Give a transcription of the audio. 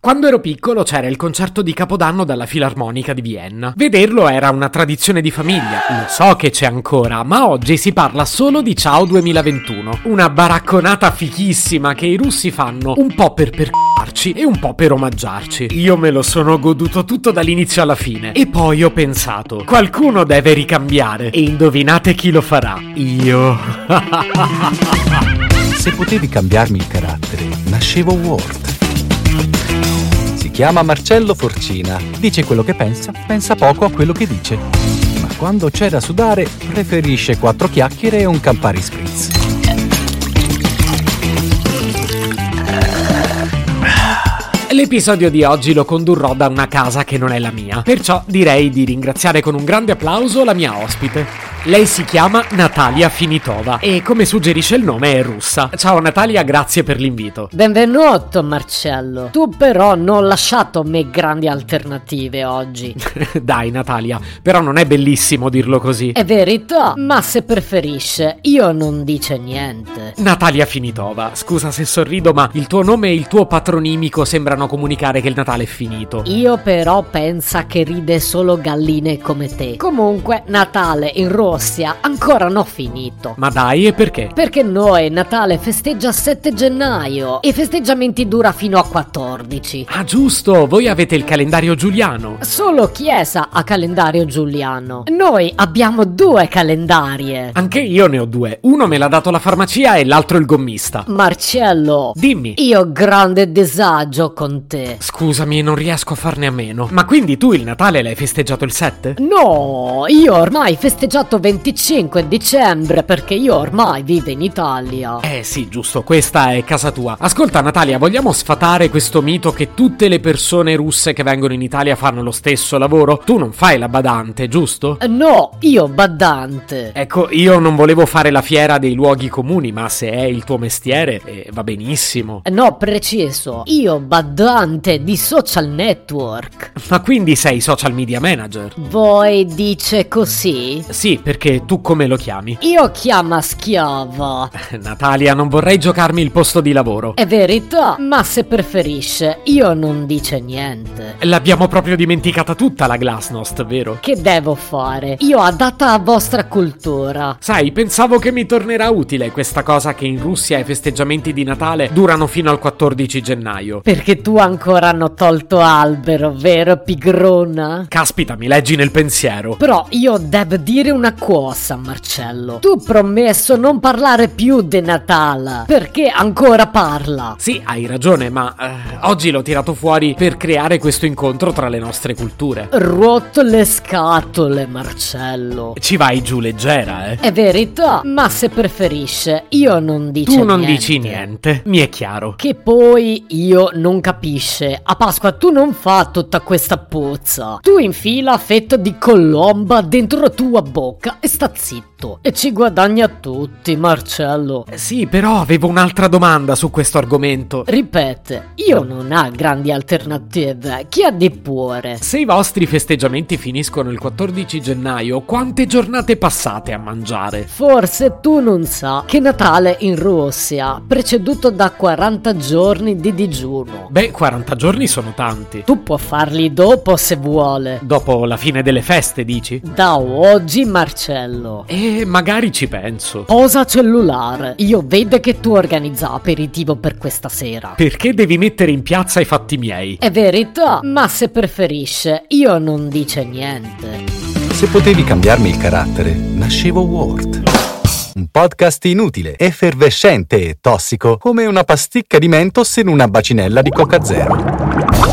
Quando ero piccolo c'era il concerto di Capodanno dalla Filarmonica di Vienna. Vederlo era una tradizione di famiglia, lo so che c'è ancora, ma oggi si parla solo di Ciao 2021, una baracconata fichissima che i russi fanno un po' per percarci e un po' per omaggiarci. Io me lo sono goduto tutto dall'inizio alla fine e poi ho pensato, qualcuno deve ricambiare e indovinate chi lo farà? Io. Se potevi cambiarmi il carattere, nascevo Ward. Si chiama Marcello Forcina. Dice quello che pensa, pensa poco a quello che dice. Ma quando c'è da sudare, preferisce quattro chiacchiere e un Campari Spritz. L'episodio di oggi lo condurrò da una casa che non è la mia, perciò direi di ringraziare con un grande applauso la mia ospite. Lei si chiama Natalia Finitova e come suggerisce il nome è russa. Ciao Natalia, grazie per l'invito. Benvenuto Marcello. Tu però non hai lasciato me grandi alternative oggi. Dai Natalia, però non è bellissimo dirlo così. È verità, ma se preferisce, io non dice niente. Natalia Finitova, scusa se sorrido, ma il tuo nome e il tuo patronimico sembrano comunicare che il Natale è finito. Io però pensa che ride solo galline come te. Comunque, Natale in Roma Russia ancora non finito. Ma dai, e perché? Perché noi Natale festeggia 7 gennaio e i festeggiamenti dura fino a 14. Ah giusto, voi avete il calendario giuliano. Solo Chiesa ha calendario giuliano. Noi abbiamo due calendarie. Anche io ne ho due. Uno me l'ha dato la farmacia e l'altro il gommista. Marcello, dimmi. Io grande disagio con te. Scusami, non riesco a farne a meno. Ma quindi tu il Natale l'hai festeggiato il 7? No, io ormai festeggiato 25 dicembre perché io ormai vivo in Italia. Eh sì, giusto, questa è casa tua. Ascolta Natalia, vogliamo sfatare questo mito che tutte le persone russe che vengono in Italia fanno lo stesso lavoro? Tu non fai la badante, giusto? No, io badante. Ecco, io non volevo fare la fiera dei luoghi comuni, ma se è il tuo mestiere eh, va benissimo. No, preciso, io badante di social network. Ma quindi sei social media manager? Voi dice così? Sì, perché tu come lo chiami? Io chiamo schiava. Natalia, non vorrei giocarmi il posto di lavoro. È verità, ma se preferisce, io non dice niente. L'abbiamo proprio dimenticata tutta la Glasnost, vero? Che devo fare? Io adatta a vostra cultura. Sai, pensavo che mi tornerà utile questa cosa che in Russia i festeggiamenti di Natale durano fino al 14 gennaio. Perché tu ancora hanno tolto albero, vero pigrona? Caspita, mi leggi nel pensiero. Però io devo dire una cosa, Marcello. Tu promesso non parlare più di Natale, perché ancora parla. Sì, hai ragione, ma eh, oggi l'ho tirato fuori per creare questo incontro tra le nostre culture. Rotto le scatole, Marcello. Ci vai giù leggera, eh. È verità, ma se preferisce, io non dico niente. Tu non niente. dici niente, mi è chiaro. Che poi io non capisce. A Pasqua tu non fa tutta questa pozza. Tu infila fetta di colomba dentro tua bocca e sta zitto. E ci guadagna tutti, Marcello. Eh sì, però avevo un'altra domanda su questo argomento. Ripete, io non ho grandi alternative. Chi ha di cuore? Se i vostri festeggiamenti finiscono il 14 gennaio, quante giornate passate a mangiare? Forse tu non sa che Natale in Russia, preceduto da 40 giorni di digiuno. Beh, 40 giorni sono tanti. Tu puoi farli dopo se vuole. Dopo la fine delle feste, dici? Da oggi Marcello. E magari ci penso. Posa cellulare. Io vedo che tu organizza aperitivo per questa sera. Perché devi mettere in piazza i fatti miei? È verità, ma se preferisce, io non dice niente. Se potevi cambiarmi il carattere, nascevo Ward. Un podcast inutile, effervescente e tossico, come una pasticca di mentos in una bacinella di Coca Zero.